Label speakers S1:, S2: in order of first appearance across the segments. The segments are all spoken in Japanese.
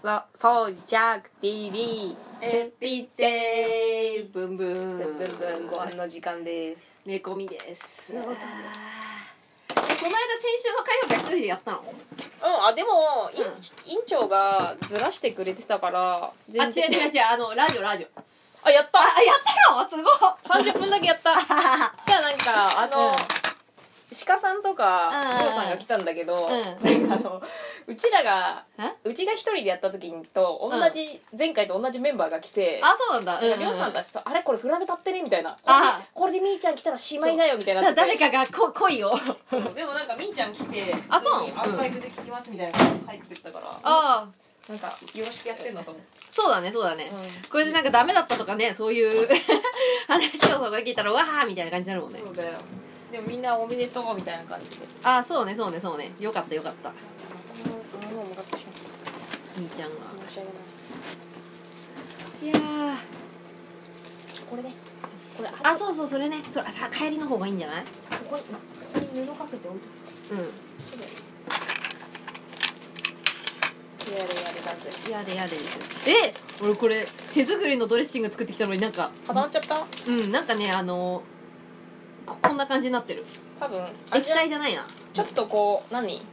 S1: そ、そうじゃく TV。
S2: エピデイブンブン
S1: ブンブンブン、ご飯の時間です。
S2: 寝込みです
S1: 寝込みです
S2: えこの間先週の火曜日は一人でやったの
S1: うん、あ、でも、
S2: うん
S1: 委員長がずらしてくれてたから、
S2: あ違う違う違うあのラジオラジオ
S1: あ、やっ
S2: あ
S1: た
S2: やったよす ごい
S1: !30 分だけやったじゃあなんか、あの、
S2: うん
S1: 鹿さんとか、
S2: うん
S1: りょうさんが来たんだけど、
S2: う
S1: なんかあの、うちらが、うちが一人でやった時と同じ、前回と同じメンバーが来て、
S2: あそうなんだ
S1: なんかりょうさんたちと、あれこれフラグ立ってねみたいな。これ
S2: あ
S1: これでみーちゃん来たらしまいだよみたいな。
S2: だ誰かがこ 恋を
S1: でもなんかみーちゃん来て
S2: あそう
S1: 普通にアーカイブで聞きますみたいなの入ってったから
S2: ああ
S1: なんかよろしくやってんだと思う
S2: そうだねそうだね、これでなんかダメだったとかねそういう 話をそこで聞いたらわーみたいな感じになるもんね
S1: そうだよでもみんなおめでとうみたいな感じで
S2: あそうねそうねそうねよかったよかった
S1: 物をもらってしまっ
S2: 兄ちゃんが
S1: た申し訳ない
S2: いやー
S1: これねこれ
S2: あそうそうそれねそれあさ帰りの方がいいんじゃない
S1: ここにここに布かけて置いと
S2: う
S1: くやれやれだぜ
S2: んやでやでえ俺これ手作りのドレッシング作ってきたのになんか
S1: 固まっちゃった
S2: うんなんかねあのここんな感じになってる
S1: 多分あ
S2: 液
S1: じゃあ
S2: 体じゃないな
S1: ちょっとこう何チ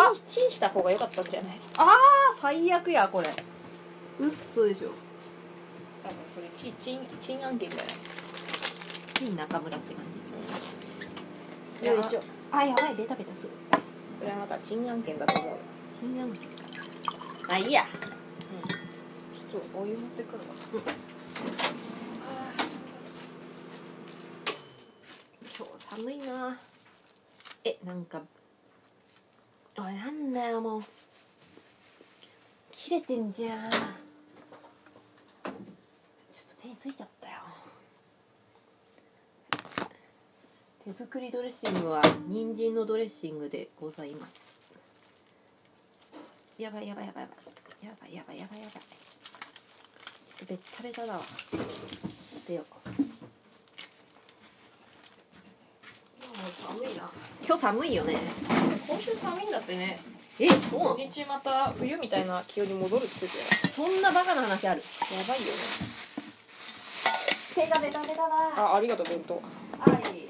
S2: あ
S1: ンチンした方が良かったんじゃない
S2: あ最悪やこれうっそでしょ
S1: 多分それチンチンチン案件じゃない
S2: いい中村って感じ
S1: よいしょ
S2: あやばいベタベタする
S1: それはまたチン案件だと思うよ
S2: 死んじゃうのまあいいや
S1: ちょっとお湯持ってくるわ。
S2: うん
S1: あ
S2: 今日寒いなえなんかおいなんだよもう切れてんじゃんちょっと手についちゃったよ手作りドレッシングは人参のドレッシングでございますやばいやばいやばいやばいやばいやばいやばいやばいちょっとベッタベタだわ捨てよう
S1: ー寒いな。
S2: 今日寒いよね
S1: 今週寒いんだってね。
S2: えも
S1: 日中また冬みたいな気温に戻るって言ってた
S2: うそんなバカな話ある
S1: よ。やばいよね。
S2: 手がベタベタだ
S1: あ、ありがとう弁当。
S2: はい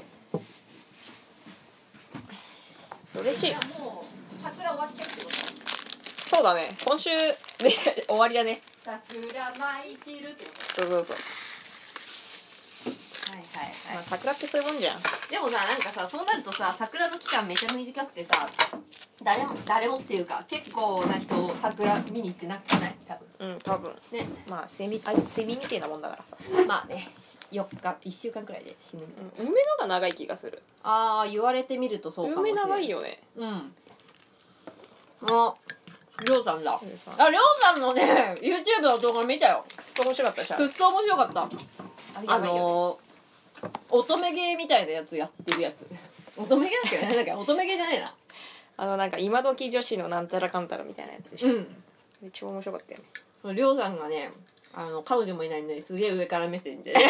S1: 嬉しい。
S2: もう桜終わっちゃうってこと
S1: そうだね。今週で終わりだね。
S2: 桜舞い散るってこ
S1: そうそうそう。
S2: とはいはい
S1: ま
S2: は
S1: あ桜ってそういうもんじゃん。
S2: いでもさなんかさそうなるとさ桜の期間めちゃ短くてさ誰も誰もっていうか結構な人を桜見に行ってなくない多分
S1: うん、多分。
S2: ね
S1: まあセミあいつセミみたいなもんだからさ。
S2: まあね4日1週間くらいで死ぬみたいな
S1: 梅のが長い気がする。
S2: ああ言われてみるとそうかもし
S1: 梅
S2: れない
S1: 長いよね。
S2: うんありょうさんだ
S1: 梅さん
S2: あ、りょうさんのね、YouTube の動画見たよ。
S1: くっそ面白かったじゃん
S2: くっ。そ面白かった。あのー、乙女芸みたいなやつやってるやつ。乙女芸だっけなんだっけ乙女芸じゃねえな。
S1: あのなんか今時女子のなんちゃらかんたらみたいなやつでしょ。
S2: う
S1: めっちゃ面白かったよね。
S2: ん。りょうさんがね、あの、彼女もいないのにすげえ上から目線 で、ね、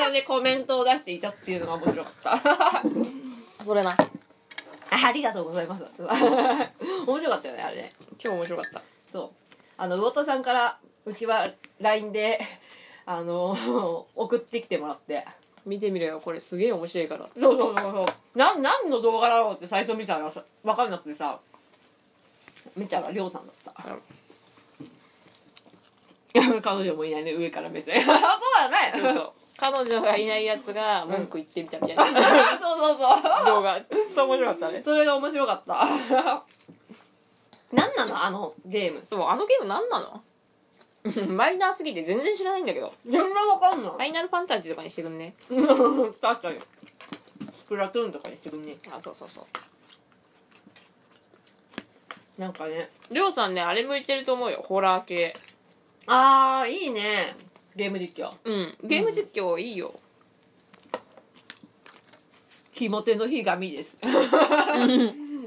S2: あのね、コメントを出していたっていうのが面白かった。
S1: それな。
S2: ありがとうござい ます。面白かったよね、あれね。
S1: 超面白かった。
S2: そうあの魚田さんからうちは LINE であの送ってきてもらって
S1: 見てみろよこれすげえ面白いから
S2: そうそうそうそうなん何の動画だろうって最初見たらさ分かんなくてさ見たらりょうさんだった
S1: あ
S2: 彼女もいないね上から目線 そうだね
S1: そうそう彼女がいないやつが文句言ってみたみたいな
S2: そうそうそう
S1: 動画そう面白かったね
S2: それが面白かった何なのあのゲーム
S1: そうあのゲーム何なの マイナーすぎて全然知らないんだけど
S2: 全然分かん
S1: フ
S2: な
S1: ァ
S2: い
S1: イナルファンタジーとかにしてくんね
S2: 確かにスプラトゥーンとかにしてくんね
S1: あそうそうそう
S2: なんかね
S1: りょうさんねあれ向いてると思うよホラー系
S2: あーいいねゲーム実況
S1: うんゲーム実況いいよ、
S2: ひも手の日がみです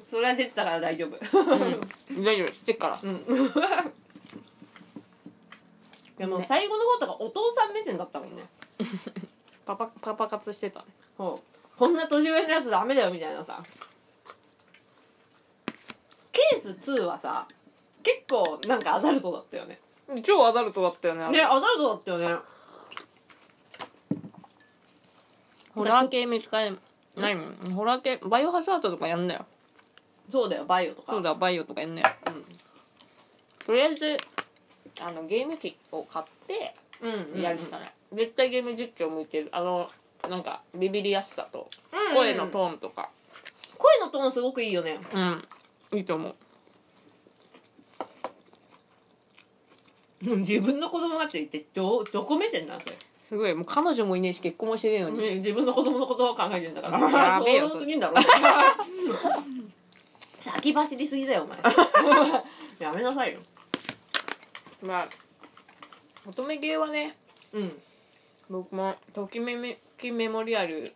S2: それは出てたから大丈夫
S1: 大丈夫知ってっから
S2: うん でも最後の方とかお父さん目線だったもんね
S1: パパパパ活してたね
S2: そうこんな年上のやつダメだよみたいなさケース2はさ結結構なんかアダルトだったよね
S1: 超アダルトだったよねあれ
S2: ねアダルトだったよね
S1: ホラー系見つかれないもんホラー系バイオハザードとかやんだよ
S2: そうだよバイオとか
S1: そうだバイオとかやんねよとりあえずあのゲーム機を買って
S2: うんうん
S1: やるしかない、絶対ゲーム実況向いてるあのなんかビビりやすさと
S2: うんうん
S1: 声のトーンとか
S2: 声のトーンすごくいいよね
S1: うん、いいと思
S2: でも 自分の子供がって言ってどどこ目線なんだよ
S1: うすごいもう彼女もいねえし結婚もしてねえのに、
S2: ね自分の子供のことを考えてんだから
S1: やべえよ
S2: 想像すぎんだろ 先走りすぎだよお前 やめなさいよ
S1: まあ乙女芸はね
S2: うん
S1: 僕も「ときめきメモリアル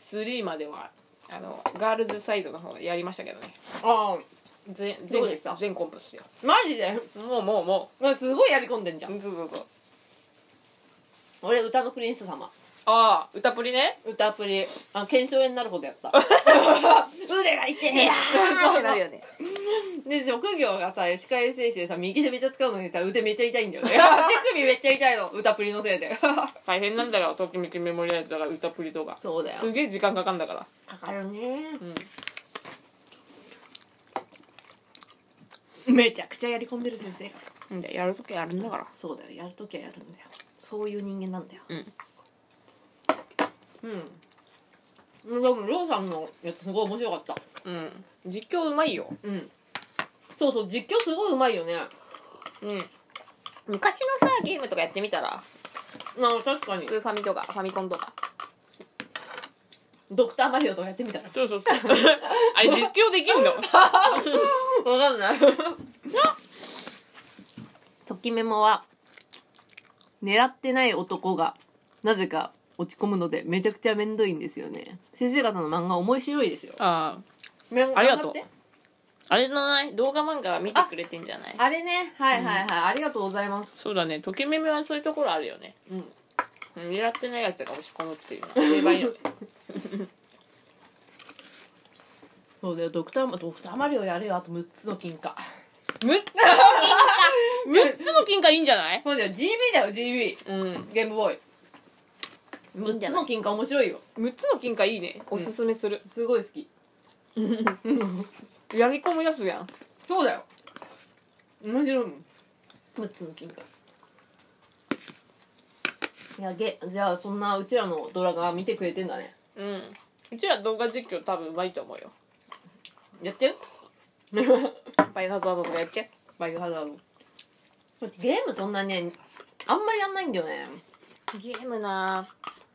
S1: 3」まではあのガールズサイドの方やりましたけどね
S2: ああ
S1: 全
S2: どうで
S1: 全
S2: した
S1: 全コンプっすよ
S2: マジで
S1: もうもうも
S2: まあすごいやり込んでんじゃ
S1: うんそうそうそう
S2: 俺歌のプリンス様
S1: ああ歌プリね
S2: 歌アプリあ腱鞘炎になるほどやった 腕が痛いね
S1: なるよね
S2: で職業がさ歯科衛生士でさ右手めっちゃ使うのにさ腕めっちゃ痛いんだよね 手首めっちゃ痛いの 歌プリのせいで
S1: 大変なんだよときめきメモリアルとか歌プリとか
S2: そうだよ
S1: すげえ時間かかんだから
S2: かかるね
S1: めちゃくちゃ
S2: やり込んでる先生が
S1: やるときやるんだから
S2: そうだよやるときはやるんだよそういう人間なんだよ
S1: うん
S2: うんでもりょうさんのやつすごい面白かった
S1: うん実況うまいよ
S2: うんそうそう実況すごいうまいよね
S1: うん昔のさゲームとかやってみたら
S2: まあ確かに
S1: スーファミとかファミコンとか
S2: ドクターマリオとかやってみたら
S1: そうそう そうあれ実況できんの
S2: わかん ない。ときメモは、狙ってない男が、なぜか落ち込むので、めちゃくちゃめんどいんですよね。先生方の漫画面白いですよ。
S1: ああ
S2: あ
S1: ありがとうあれのない動画漫画は見てくれてんじゃない
S2: あれね、はいはいはい、ありがとうございます。
S1: そうだねときめめはそういうところあるよね
S2: うん。
S1: うん狙ってないやつが押し込むっていうのは定番よ ね
S2: そうだよ、ドクターマ、ドクターマリオやれよ、あと6つの金貨。
S1: 6つの金貨6つの金貨いいんじゃない
S2: そうだよ、GB だよ、GB。
S1: うん
S2: ゲームボーイ。
S1: いいん
S2: 6
S1: じゃ
S2: つ
S1: ない
S2: の金貨面白いよ。
S1: 6つの金貨いいねおすすめする、
S2: すごい好き。
S1: やり込むやつやん
S2: そうだよ。面白いもん。6つの金貨。いや、げ、じゃあそんなうちらのドラが見てくれてんだね。
S1: うんうちら動画実況多分うまいと思うよ
S2: やってる
S1: バイオハザードとかやっちゃ
S2: バイオハザード。こっちゲームそんなね、あんまりやんないんだよね。
S1: うゲームな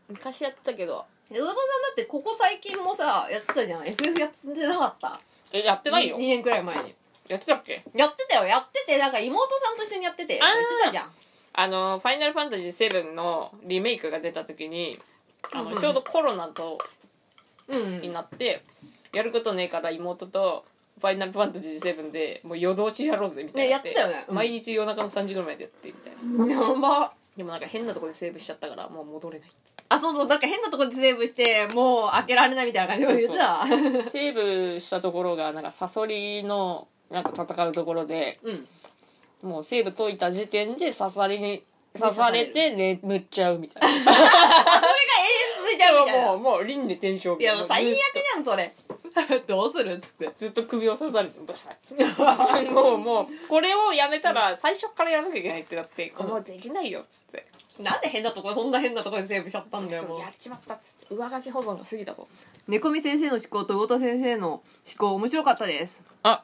S1: 昔やってたけど
S2: え、うどさんだってここ最近もさ、やってたじゃん。FF やってなかった。
S1: えやってないよ
S2: 2年くらい前に。
S1: やってたっけ
S2: やってたよ、やってて、なんか妹さんと一緒にやってて。や
S1: あー
S2: ってたじゃん。
S1: あの「ファイナルファンタジー7」のリメイクが出た時にあ
S2: うんう
S1: の
S2: ん
S1: ちょうどコロナと
S2: うん、
S1: になってやることねえから妹と「ファイナルファンタジー7」でもう夜通しやろうぜみたいな
S2: ねやってたよねうん
S1: 毎日夜中の3時ぐらいまでやってみたいな
S2: やば。
S1: でもなんか変なとこでセーブしちゃったからもう戻れないっつっ
S2: あ、そうそう、なんか変なとこでセーブして、もう開けられないみたいな感じで言ってたわ。
S1: てセーブしたところがなんかサソリのなんか戦うところで
S2: うん。
S1: もうセーブ解いた時点で刺されに
S2: 刺
S1: 刺
S2: さ
S1: さ
S2: れ
S1: れ
S2: る
S1: て眠っちゃうみたいな
S2: それが永遠続いちゃうみたいな。
S1: も うもう輪廻転生
S2: い
S1: みた
S2: や、
S1: いな
S2: 最悪じゃん、それ。 どうするっつって。
S1: ずっと首を刺されてブサッ てもうもうこれをやめたら最初からやらなきゃいけないってなってこれもうできないよっつって
S2: なんで変なとこ、そんな変なとこでセーブしちゃったんだよ、
S1: そ
S2: も
S1: う
S2: う
S1: や。っちまったっつって上書き保存が過ぎたぞっつって
S2: 猫み先生の思考と魚田先生の思考、面白かったです。
S1: あ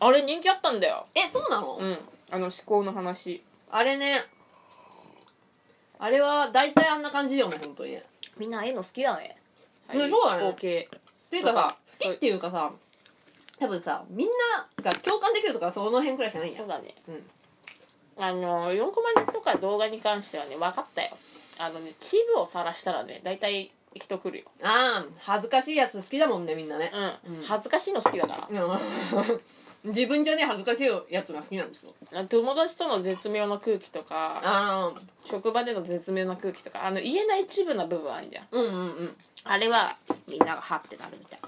S1: あれ人気あったんだよ
S2: え、そうなの、
S1: うんあの思考の話
S2: あれね。あれは、大体あんな感じよね、本当にね。
S1: みんなああいうの好きだね
S2: ねそうだね
S1: 思考系
S2: っていうか
S1: なん
S2: さ
S1: か、
S2: 好きっていうかさ、多分さ、みんなが共感できるとか、その辺くらいしかないんや
S1: そ。うだね
S2: うん。
S1: あの4コマとか動画に関してはね分かったよあのねチームを晒したらね大体人来るよ
S2: あー、恥ずかしいやつ好きだもんね、みんなね。
S1: うん、
S2: うん
S1: 恥ずかしいの好きだから、
S2: うん自分じゃね恥ずかしいやつが好きなんですよ
S1: 友達との絶妙な空気とか
S2: ああ
S1: 職場での絶妙な空気とかあの言えない一部な部分あるじゃん
S2: うんうんうん
S1: あれはみんながハッてなるみたい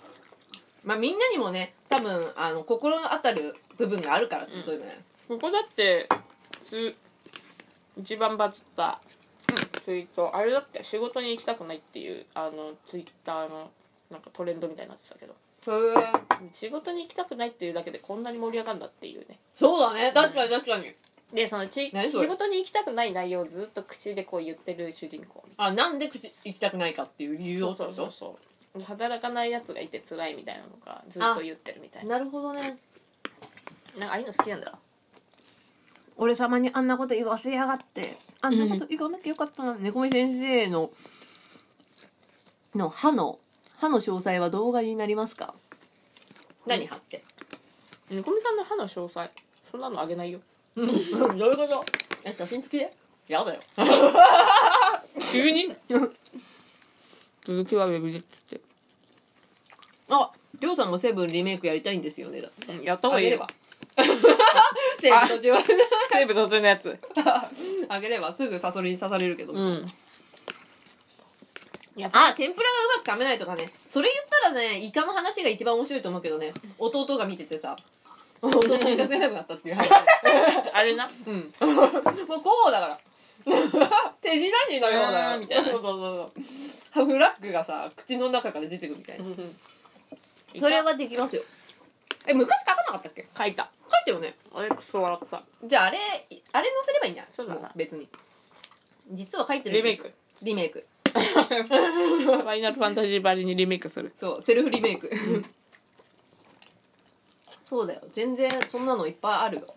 S2: まあみんなにもね多分あの心当たる部分があるから例えばね、
S1: ここだってつ一番バズったツイートあれだって仕事に行きたくないっていうあのツイッターのなんかトレンドみたいになってたけど仕事に行きたくないっていうだけでこんなに盛り上がるんだっていうね
S2: そうだね確かに確かに
S1: でそのち
S2: 何そ
S1: 仕
S2: れ
S1: 事に行きたくない内容をずっと口でこう言ってる主人公み
S2: あなんで口行きたくないかっていう理
S1: たい
S2: 由
S1: な
S2: をって
S1: そう
S2: こ
S1: そう
S2: と
S1: そう働かないやつがいて辛いみたいなのがずっと言ってるみたいな
S2: なるほどね
S1: なんかああいうの好きなんだろ
S2: 俺様にあんなこと言わせやがってあんなこと言わなきゃよかったな猫、み先生のの歯の歯の詳細は動画になりますか何歯って
S1: 猫みさんの歯の詳細そんなのあげないよ
S2: どういうことえ写真付きでやだよ
S1: 急に続きはウェブでっつって
S2: ありょうさんもセブンリメイクやりたいんですよねだって
S1: うんやった方がい いよ
S2: セブン途中は
S1: セーブ途中のやつ
S2: あげればすぐサソリに刺されるけど、
S1: うんやっぱ
S2: あ天ぷらがうまく噛めないとかねそれ言ったらねイカの話が一番面白いと思うけどね弟が見ててさ弟にイカ食えなくなったって いう話
S1: あれな
S2: うんもうこうだ から手品師のようだ
S1: う
S2: よ
S1: ん
S2: みたいなそうそうそうハフラッグがさ口の中から出てくるみたいな
S1: それは
S2: はできますよえ昔書かなかったっけ
S1: 書いた
S2: 書いたよね
S1: 俺クソ笑った
S2: じゃああれあれ載せればいいんじゃん
S1: そうだな
S2: も別に実は書いてる
S1: リメイク
S2: リメイク
S1: フ ァイナルファンタジーばりにリメイクする
S2: そうセルフリメイク そうだよ全然そんなのいっぱいあるよ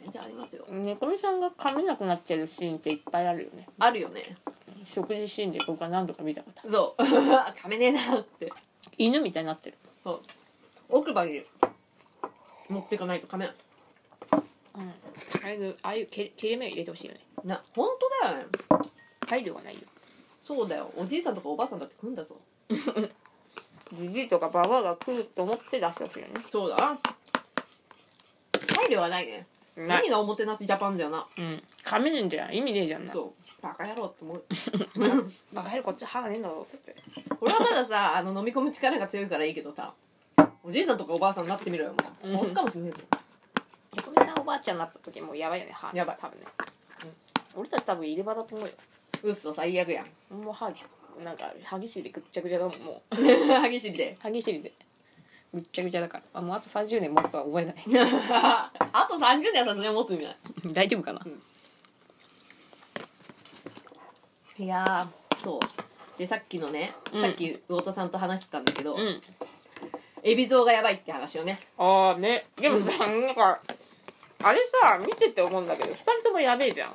S2: 全然ありますよ
S1: 猫みさんが噛めなくなってるシーンっていっぱいあるよね
S2: あるよね
S1: 食事シーンで僕は何度か見たことある
S2: そう 噛めねえなって
S1: 犬みたいになってる
S2: そう奥歯に持っていかないと噛めない
S1: うんあれああいう切れ目を入れてほしいよね
S2: な本当だよね
S1: 配慮がないよ
S2: そうだよおじいさんとかおばあさんだって来んだぞ
S1: じじいとかばばあが来ると思って出してほしいよね
S2: そうだな配慮はないね何がおもてなしジャパンだよな
S1: うん噛めねえんだよ意味ねえじゃんな
S2: そうバカ野郎って思う
S1: バカやるこっち歯がねえんだぞっつって
S2: 俺はまださ あの飲み込む力が強いからいいけどさおじいさんとかおばあさんになってみろよもう押すかもしんねえぞ
S1: 猫みさんおばあちゃんになった時もうやばいよね歯
S2: やばい
S1: 多分ね、俺たち多分入れ歯だと思うよ
S2: うっそ最悪やん
S1: もう歯なんか歯ぎしりでぐっちゃぐちゃだもんもう
S2: 激しいで
S1: 歯ぎしりでぐっちゃぐちゃだからあもうあと30年持つとは思えない
S2: あと30年はさすがに持つんじゃな
S1: 大丈夫かない
S2: いやーそうでさっきのね、
S1: うん
S2: さっき魚田さんと話してたんだけど、
S1: うん
S2: 海老蔵がやばいって話をね
S1: ああねでもさなんかあれさ見てて思うんだけど2人ともやべえじゃん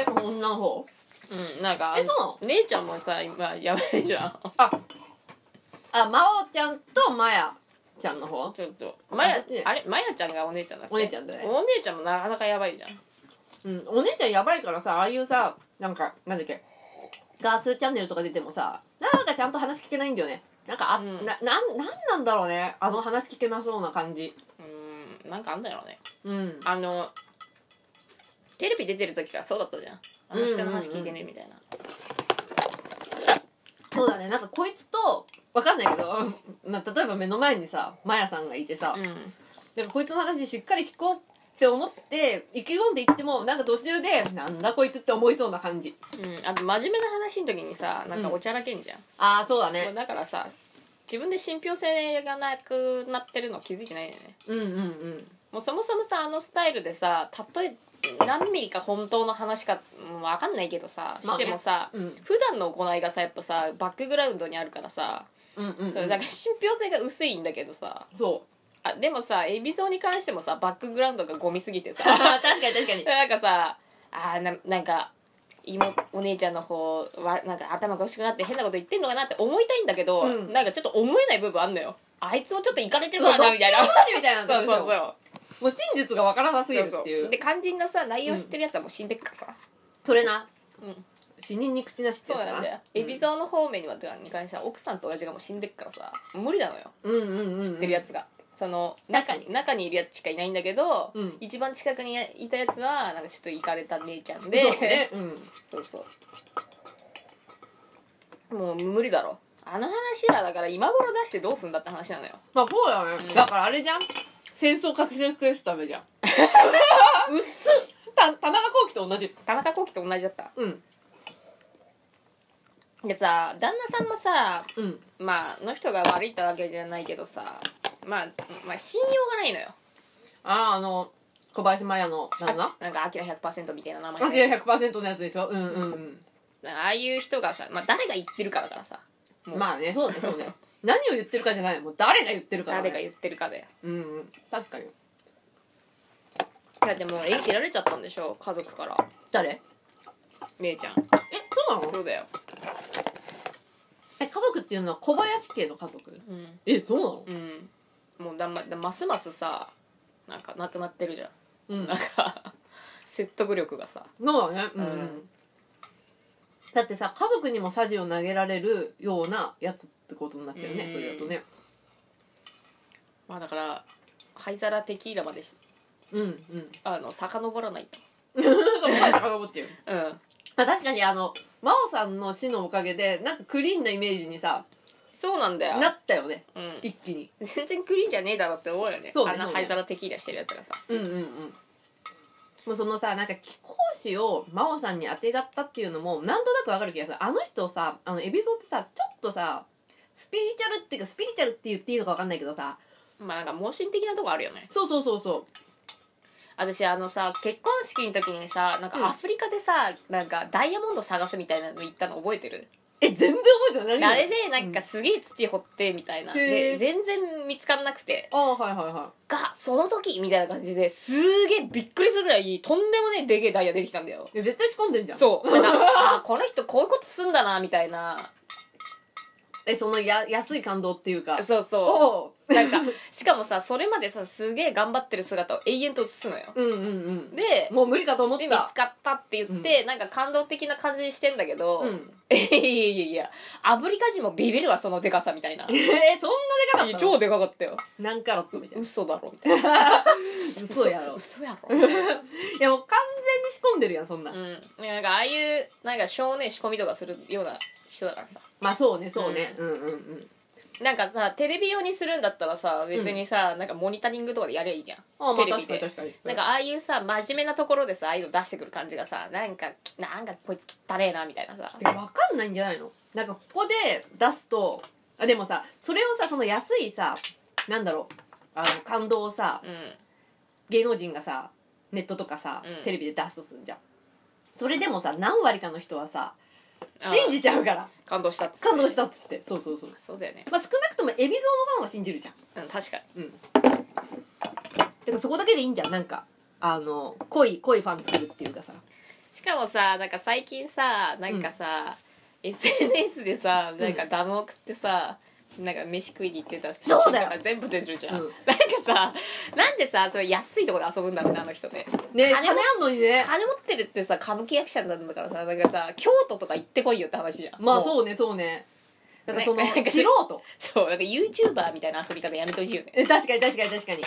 S2: え女の方
S1: うんなんか
S2: えそうなの
S1: 姉ちゃんもさ今やばいじゃん
S2: ああ真央ちゃんとマヤちゃんの方
S1: ちょっとまや
S2: そっちね
S1: あれまやちゃんがお姉ちゃんだっけ
S2: お姉ちゃんだね
S1: お姉ちゃんもなかなかやばいじゃん
S2: うん、お姉ちゃんやばいからさああいうさなんかなんだっけガースチャンネルとか出てもさなんかちゃんと話聞けないんだよねなんかあ、
S1: うん
S2: ななんなんなんだろうねあの話聞けなそうな感じ
S1: うんなんかあんだろうね
S2: うん
S1: あのテレビ出てる時からそうだったじゃんあの人の話聞いてねみたいな、
S2: そうだねなんかこいつとわかんないけど、まあ、例えば目の前にさマヤさんがいてさ、なんかこいつの話しっかり聞こうって思って意気込んでいってもなんか途中でなんだこいつって思いそうな感じ
S1: うん、あと真面目な話の時にさなんかおちゃらけんじゃん、
S2: ああそうだね
S1: だからさ自分で信憑性がなくなってるの気づいてないよね
S2: うんうんうん
S1: もうそもそもさあのスタイルでさ例え何ミリか本当の話かもう分かんないけどさ
S2: ま
S1: し
S2: あね
S1: てもさ、
S2: うん
S1: 普段の行いがさやっぱさバックグラウンドにあるからさ、
S2: うんうん、
S1: そうだから信憑性が薄いんだけどさ
S2: そう
S1: あでもさエビゾウに関してもさバックグラウンドがゴミすぎてさ
S2: 確かに確 かに
S1: なんかさあーななんか妹お姉ちゃんの方はなんか頭がおかしくなって変なこと言ってんのかなって思いたいんだけど、
S2: うん
S1: なんかちょっと思えない部分あんのよあいつもちょっといかれてる
S2: そう
S1: か
S2: どっ
S1: ら
S2: ち
S1: な
S2: み
S1: み
S2: た
S1: た
S2: いな
S1: いな
S2: どっちみたいな
S1: そうそうそう
S2: うもう真実がわからなすぎる
S1: そう
S2: って
S1: そう
S2: いう
S1: で肝心なさ内容知ってるやつはもう死んでっからさ、
S2: それな、
S1: うん
S2: 死人に口なしって
S1: そ
S2: や
S1: う
S2: つ
S1: なんだよ海老蔵の方面にはてかに関しては奥さんと親父がもう死んでっからさ無理なのよ
S2: うんうんうんうん
S1: 知ってるやつが、その
S2: 確か
S1: 中
S2: に
S1: に中にいるやつしかいないんだけど、
S2: うん
S1: 一番近くにいたやつはなんかちょっといかれた姉ちゃんで
S2: そうだね、うん、
S1: そうそうもう無理だろあの話はだから今頃出してどうすんだって話なのよ
S2: まあそうだね、だからあれじゃん戦争を活躍するためじゃん うっすた田中幸喜と同じ
S1: 田中聖と同じだった
S2: うん
S1: でさ旦那さんもさ
S2: うん
S1: まああの人が悪いってわけじゃないけどさまあ、まあ、信用がないのよ
S2: あああの小林麻耶の旦那
S1: あなんか「アキラ100%」みたいな名
S2: あ
S1: 前
S2: き
S1: で
S2: ら100%のやつでしょうんうん
S1: ああいう人がさ、まあ、誰が言ってるかだからさ
S2: うんまあねそうねそうね 何を言ってるかじゃないもう誰が言ってるかだね
S1: 誰が言ってるかで
S2: うんうん確かに
S1: いやでも縁切られちゃったんでしょ家族から
S2: 誰え
S1: 姉ちゃん
S2: そうなの
S1: そうだよ
S2: え家族っていうのは小林家の家族
S1: うん
S2: えそうなの
S1: うんもうだまだますますさなんかなくなってるじゃん
S2: うん
S1: なんか説得力がさ
S2: そうだねうん、
S1: うん
S2: だってさ家族にもサジを投げられるようなやつってことになっちゃうよね、
S1: うん
S2: それだとね
S1: まあだから灰皿テキーラまでし
S2: うん うん
S1: あの遡らない
S2: そうまだ遡っちゃう
S1: とうん
S2: あ確かにあの真央さんの死のおかげでなんかクリーンなイメージにさ
S1: そうなんだよ
S2: なったよね
S1: うん、
S2: 一気に
S1: 全然クリーンじゃねえだろって思うよね
S2: そうね
S1: あんな灰皿テキーラしてるやつがさ
S2: うんうんうんもうそのさなんか貴公子を真央さんにあてがったっていうのもなんとなくわかる気がするあの人さあのエビゾってさちょっとさスピリチュアルっていうかスピリチュアルって言っていいのかわかんないけどさ
S1: まあなんか盲信的なとこあるよね
S2: そうそうそうそ
S1: 私あのさ結婚式の時にさなん
S2: うん
S1: かアフリカでさ、なんかダイヤモンド探すみたいなの行ったの覚えてる
S2: うえ全然覚えてない
S1: あれでなんかすげえ土掘ってみたいな、
S2: へー
S1: で全然見つかんなくて
S2: ああはいはいは
S1: がその時みたいな感じですげえびっくりするぐらいとんでもねえでげえダイヤ出てきたんだよ
S2: いいや絶対仕込んでんじゃん
S1: そうなんか あーこの人こういうことすんだなみたいな
S2: えそのや安い感動っていうか
S1: そうそ
S2: おう
S1: うなんかしかもさそれまでさすげえ頑張ってる姿を永遠と映すのよ
S2: うんうん
S1: で
S2: うんもう無理かと思っ
S1: で見
S2: た
S1: つかったって言って、なんか感動的な感じにしてんだけど、
S2: うん
S1: いやいやいやいやアフリカ人もビビるわそのデカさみた いな
S2: えー、そんなでかかっ
S1: い
S2: た
S1: や
S2: の
S1: 超でかかったよ
S2: 何カロットみたいな
S1: 嘘だろみたいな
S2: 嘘やろ
S1: 嘘 やろみたいない
S2: やもう完全に仕込んでるやんそんな、
S1: うん、なんかああいうなんか少年仕込みとかするような人だからさ
S2: まあそうねそうね、うん、うんうんうん
S1: なんかさテレビ用にするんだったらさ別にさ、なんかモニタリングとかでやりゃいいじゃん
S2: あまあ
S1: テレ
S2: 確
S1: ビ
S2: か
S1: で
S2: に確かに
S1: なんかああいうさ真面目なところでさああいうの出してくる感じがさなんかきなんかこいつ汚ねえなみたいなさ
S2: てか分かんないんじゃないのなんかここで出すとあでもさそれをさその安いさなんだろうあの感動をさ
S1: う
S2: 芸能人がさネットとかさ、
S1: うん
S2: テレビで出すとするじゃんそれでもさ何割かの人はさ
S1: ん
S2: 信じちゃうから
S1: 感動したっつって
S2: 感動したっつってそうそうそう
S1: そうだよね
S2: まあ少なくとも海老蔵のファンは信じるじゃん
S1: うん確かに
S2: てかそこだけでいいんじゃんなんかあの濃い濃いファン作るっていうかさ
S1: しかもさなんか最近さなんかさ、SNS でさなんかダム送ってさ、なんか飯食いに行ってた写
S2: そう
S1: 真
S2: だよ
S1: とか全部出てるじゃん、
S2: うん
S1: なんかさなんでさそれ安いところで遊ぶんだろうねあの人ね
S2: ね金
S1: 金
S2: あ
S1: も
S2: んのにね
S1: 金持ってるってさ歌舞伎役者なんだからさなんかさ京都とか行ってこいよって話じゃん
S2: まあ
S1: う
S2: そうねそうねだからその、
S1: ねな
S2: 素
S1: んか
S2: 人
S1: そうなんか YouTuber みたいな遊び方やめてほしいよね
S2: え 確かに確かに確かに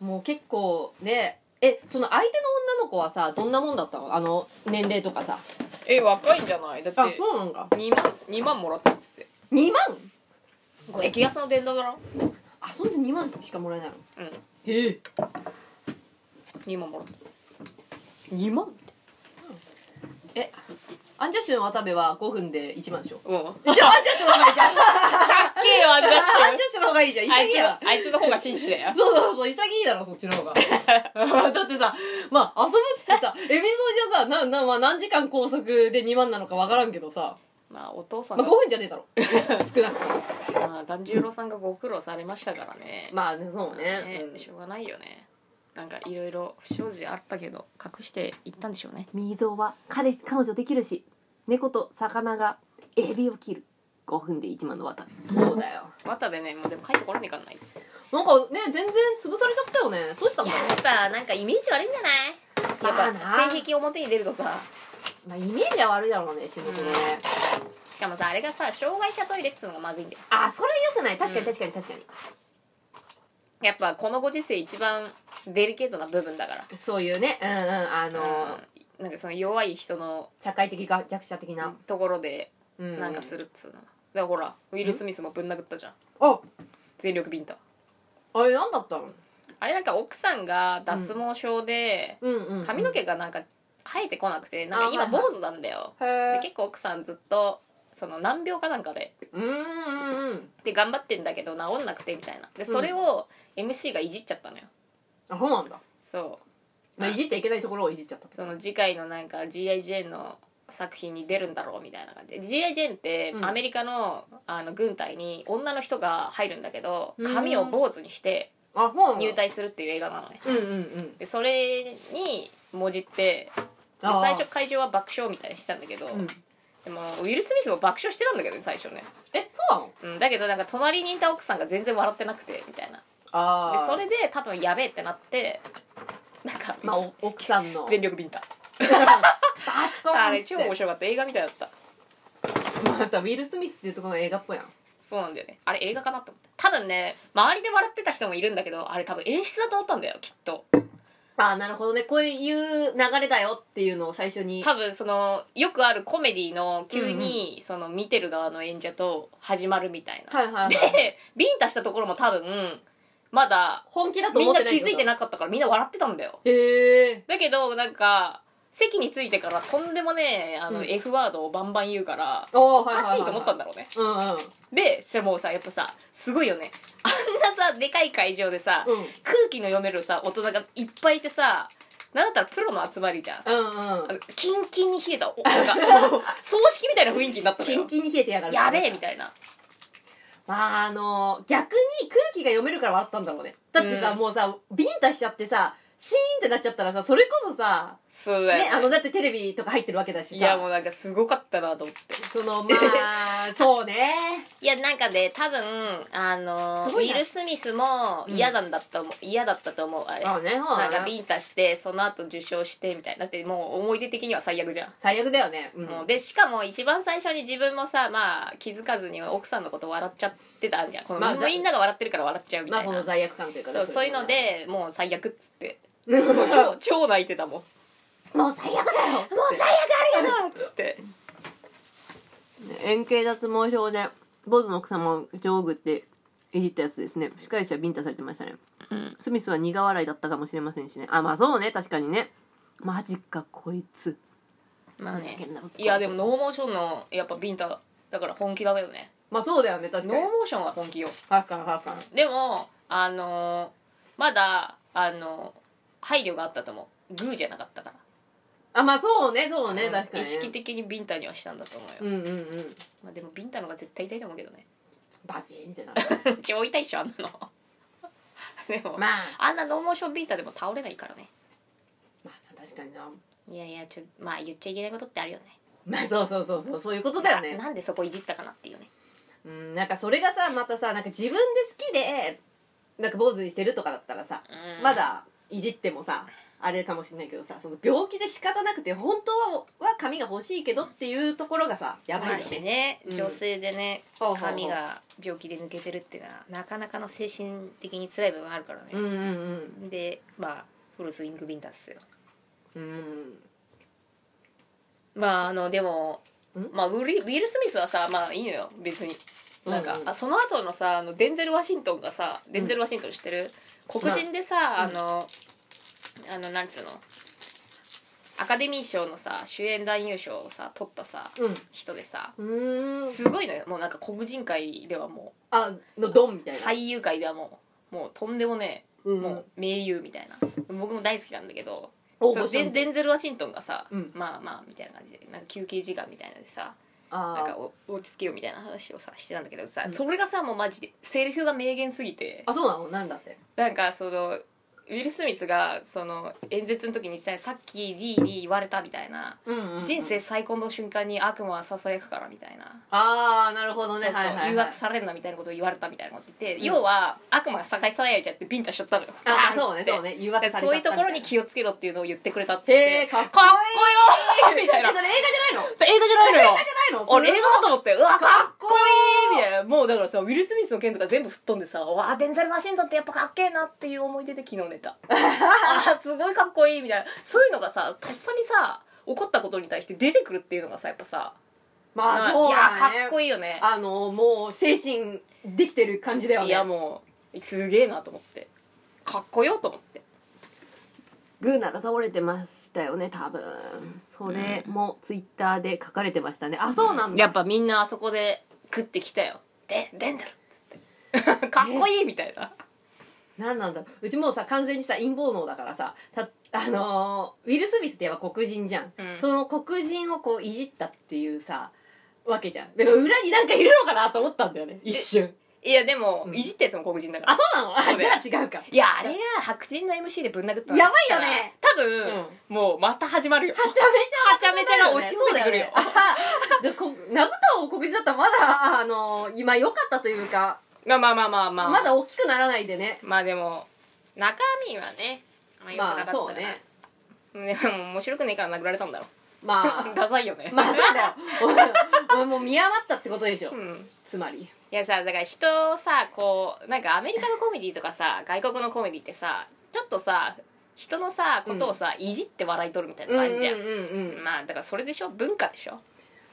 S2: もう結構ねえその相手の女の子はさどんなもんだったのあの年齢とかさ
S1: え若いんじゃないだって
S2: あそうなんか
S1: 2万2万もらったっつって
S2: 2万
S1: これ激安の電動だろ
S2: あそんで2万しかもらえないの
S1: うん
S2: へえ
S1: 2万もらったっつって2万
S2: えアンジャッシュの渡部は5分で1万でしょ
S1: うん
S2: じゃあアンジャッシュの方がいいじゃん
S1: かっけえよアンジャッ シ
S2: ア
S1: ュ
S2: ンジャッシュの方がいいじゃん
S1: あい
S2: 潔
S1: つ
S2: いわ
S1: あいつの方が紳士だよ
S2: そうそうそう、潔いだろ、そっちの方が。 だってさ、まあ、遊ぶっつって さ、エビゾじゃさ、な、な、まあ、何時間拘束で2万なのかわからんけどさ、
S1: まあお父さん
S2: まあ、
S1: が
S2: 5、分じゃねえ だろ。少なくとも。
S1: まあ、團十郎さんがご苦労されましたからね
S2: まあね、そう
S1: ねしょうがないよねなんかいろいろ不祥事あったけど隠していったんでしょうね
S2: ミゾは彼、彼女できるし、猫と魚がエビを切る。5分で1万の渡そうだよ。
S1: 渡部ねもうでも帰ってこらねえかんないです
S2: なんかね、全然潰されちゃったよね。どうしたんだろう
S1: ぱなんかイメージ悪いんじゃない
S2: まあ
S1: やっぱ
S2: な
S1: 性癖表に出るとさ
S2: まあ、イメージは悪いだろうね、仕事ね。
S1: しかもさあれがさ障害者トイレっつうのがまずいんだよ
S2: あ、それ良くない。確かに
S1: うん
S2: 確かに確かに。
S1: やっぱこのご時世一番デリケートな部分だから
S2: そういうね、うんうん、あの、
S1: うんなんかその弱い人の
S2: 社会的が弱者的な。
S1: ところで
S2: うん
S1: なんかするっつうのはだからほらウィル・スミスもぶん殴ったじゃん
S2: あ
S1: 全力ビンタ
S2: あれなんだったの
S1: あれなんか奥さんが脱毛症で、
S2: うんうんうん
S1: 髪の毛がなんか生えてこなくてなんか今
S2: あはいはい
S1: 坊主なんだよ、
S2: へ
S1: で
S2: え
S1: 結構奥さんずっとその難病かなんかで
S2: うんうんうん
S1: で頑張ってんだけど治んなくてみたいなでそれを MC がいじっちゃったのよ
S2: あそうなんだ、
S1: そ
S2: まあ、いじっちゃいけないところをいじっちゃった
S1: うその次回のなんか G.I. ジェーンの作品に出るんだろうみたいな感じで G.I. ジェーンって
S2: うん
S1: アメリカの,、あの軍隊に女の人が入るんだけど髪を坊主にして
S2: あそうなんだ
S1: 入隊するっていう映画なのね
S2: うんうんうん
S1: でそれにもじってで
S2: あー
S1: 最初会場は爆笑みたいにしてたんだけど、
S2: うん
S1: でもウィル・スミスも爆笑してたんだけどね最初ね、
S2: えそうなの
S1: うん、だけどなんか隣にいた奥さんが全然笑ってなくてみたいな
S2: あ
S1: で
S2: あ
S1: それで多分やべえってなってなんか、
S2: まあお奥さんの
S1: 全力ビンタ
S2: バチコンっつって
S1: あれ超面白かった映画みたいだった
S2: またウィル・スミスっていうところの映画っぽいやん
S1: そうなんだよねあれ映画かなと思った多分ね周りで笑ってた人もいるんだけどあれ多分演出だと思ったんだよきっと
S2: ああなるほどねこういう流れだよっていうのを最初に
S1: 多分そのよくあるコメディの急にその見てる側の演者と始まるみたいな、
S2: はいはい、はい、
S1: で ビンタしたところも多分まだ
S2: 本気だと
S1: み
S2: 思
S1: ん
S2: っ
S1: な
S2: てない
S1: 気づいて
S2: い
S1: なかったからみんな笑ってたんだよ
S2: へえ
S1: だけどなんか席に着いてからとんでもねえあ
S2: う
S1: の
S2: ん
S1: F ワードをバンバン言うから、
S2: お
S1: おかしいと思ったん
S2: だ
S1: だろうね
S2: うんうんうん
S1: でそしたらもうさやっぱさすごいよねあんなさでかい会場でさ、空気の読めるさ大人がいっぱいいてさなんだったらプロの集まりじゃん
S2: うんう
S1: あ
S2: ん
S1: のキンキンに冷えた おなんかもう葬式みたいな雰囲気になったの
S2: キン
S1: よ
S2: キンに冷えてやがる
S1: やべえみたいな
S2: まああの逆に空気が読めるから笑ったんだろうねだってさ、
S1: うん
S2: もうさビンタしちゃってさシーンってなっちゃったらさそれこそさ、
S1: そうだよ、
S2: ね、あのだってテレビとか入ってるわけだしさ
S1: いやもうなんかすごかったなと思って
S2: そのま あそうね
S1: いやなんかね多分あの
S2: す
S1: ウ
S2: ごい
S1: ィ
S2: な
S1: ル・スミスも嫌なんだと思う、嫌だったと思うあれ
S2: あねほ
S1: なん
S2: ら
S1: かビンタしてその後受賞してみたいなだってもう思い出的には最悪じゃん、
S2: 最悪だよね、うん、
S1: もうでしかも一番最初に自分もさまあ気づかずに奥さんのこと笑っちゃってたんじゃんこの、
S2: まあ
S1: みんなが笑ってるから笑っちゃうみ
S2: ま
S1: た
S2: あ
S1: い
S2: そ
S1: な、
S2: の罪悪感というか
S1: そうそういうのでもう最悪っ つって
S2: もう
S1: もう超超泣いてたもん
S2: 最悪だよ
S1: もう最悪あるやだっつって
S2: 円形脱毛症でボズの奥様を上具っていじったやつですね司会者ビンタされてましたね、
S1: うん
S2: スミスは苦笑いだったかもしれませんしねあまあそうね確かにねマジかこいつ
S1: まあね
S2: ふざけんなこと
S1: いやでもノーモーションのやっぱビンタだから本気だよね
S2: まあそうだよね確
S1: ノーモーションは本気よ
S2: はっかんはっかん
S1: でもあのーまだあのー配慮があったと思うグーじゃなかったから
S2: あまあそうねそうね、
S1: うん
S2: 確かに
S1: 意
S2: ね
S1: 識的にビンタにはしたんだと思う
S2: う
S1: よ、
S2: んうんうん
S1: まあ、でもビンタの方が絶対痛いと思うけどね
S2: バチンってな
S1: 超痛いっしょあんなの でも、
S2: まあ
S1: あんなノーモーションビンタでも倒れないからね
S2: まあ確かにない
S1: やいやちょまあ言っちゃいけないことってあるよね
S2: まあそうそうそうそうそういうことだよね
S1: ななんでそこいじったかなっていうね
S2: うんなんかそれがさまたさなんか自分で好きでなんか坊主にしてるとかだったらさ
S1: うん
S2: まだいじってもさあれかもしれないけどさその病気で仕方なくて本当はは髪が欲しいけどっていうところがさやばいよ
S1: そうだ
S2: ね
S1: しね
S2: うん
S1: 女性でね、
S2: ほうほうほう
S1: 髪が病気で抜けてるっていうのはなかなかの精神的に辛い部分あるから
S2: うん
S1: ね、
S2: うんうん
S1: でまあフルスイングビンタっすよ
S2: うん
S1: まああのでも
S2: ん
S1: まあ、ウィルウィル・スミスはさまあいいのよ別になんか、
S2: うんうん
S1: あその後のさあのデンゼル・ワシントンがさデンゼル・ワシントン知ってる、黒人でさ、
S2: うん
S1: あのあのなんつうのアカデミー賞のさ主演男優賞をさ取ったさ
S2: うん
S1: 人でさ
S2: うーん
S1: すごいのよもうなんか黒人界ではもう
S2: あのドンみたいな、
S1: 俳優界ではもうもうとんでもね
S2: う
S1: え
S2: ん、
S1: もう名優みたいな僕も大好きなんだけど
S2: 応
S1: そ
S2: 募
S1: う
S2: した
S1: デ
S2: み
S1: ン
S2: たい
S1: デンゼル・ワシントンがさ、
S2: うん
S1: まあまあみたいな感じでなんか休憩時間みたいなのでさなんか
S2: あ
S1: お落ち着けよみたいな話をさしてたんだけどさ、
S2: うん
S1: それがさもうマジでセリフが名言すぎて
S2: ーあそうなのなんだって
S1: なんかそのウィル・スミスがその演説の時にささっき D に言われたみたいな、
S2: うんうん、
S1: 人生最高の瞬間に悪魔はささやくからみたいな
S2: ああなるほど
S1: そう
S2: ね
S1: そう
S2: はいはい、はい、
S1: 誘惑されんなみたいなことを言われたみたいなこと言って、
S2: うん
S1: 要は悪魔が逆さやいちゃってビンタしちゃったのよ
S2: あそうね
S1: バー
S2: そ
S1: ンっつって
S2: うね誘惑されちゃった
S1: そういうところに気をつけろっていうのを言ってくれたっつっ
S2: へ
S1: て
S2: えかっこ
S1: かっこよーみたい
S2: え
S1: な
S2: それ映画じゃないの
S1: そう映画じゃないのよ
S2: じゃないの
S1: 俺映画だと思ってうわかっこいいみ
S2: か
S1: たいなもうだからさウィル・スミスの件とか全部吹っ飛んでさ「わあデンゼル・ワシントンってやっぱかっけえな」っていう思い出で昨日 寝たあーすごいかっこいいみたいなそういうのがさとっさにさ起こったことに対して出てくるっていうのがさやっぱさ
S2: まあそうだ、ね、
S1: いやかっこいいよね
S2: あのもう精神できてる感じだよね
S1: いやもうすげえなと思ってかっこよと思って
S2: グーなら倒れてましたよね多分それもツイッターで書かれてましたねあそうなんだ
S1: やっぱみんなあそこで食ってきたよでデンゼルっつ ってかっこいいみたいな
S2: なんなんだろううちもうさ完全にさ陰謀能だからさたあのーウィル・スミスってやっぱ黒人じゃん、
S1: うん
S2: その黒人をこういじったっていうさわけじゃんでも裏になんかいるのかなと思ったんだよね一瞬
S1: いやでも、
S2: うん
S1: いじったやつも黒人だから
S2: あそうなのあ
S1: そうだよ
S2: じゃあ違うか
S1: いやあれが白人の MC でぶん殴ったの
S2: やばいよね
S1: 多分、もうまた始まるよ
S2: はちゃめちゃ
S1: はちゃめちゃが押し寄せてくるよ
S2: そうだねあでこ名ぶたを黒人だったらまだあのー今良かったというか
S1: まあまあまあまあまあ
S2: まだ大きくならないでね
S1: まあでも中身はねあんま良くなか
S2: まあ
S1: ったから
S2: そうね
S1: ねでも面白くねえから殴られたんだろ
S2: まあ
S1: ダサいよね、
S2: まあそうだ よお前もう見余ったってことでしょ
S1: うん
S2: つまり
S1: いやさだから人をさこうなんかアメリカのコメディとかさ外国のコメディってさちょっとさ人のさことをさ、いじって笑い取るみたいなのあるじゃん,、
S2: うんうんうんうん
S1: まあだからそれでしょ文化でしょ、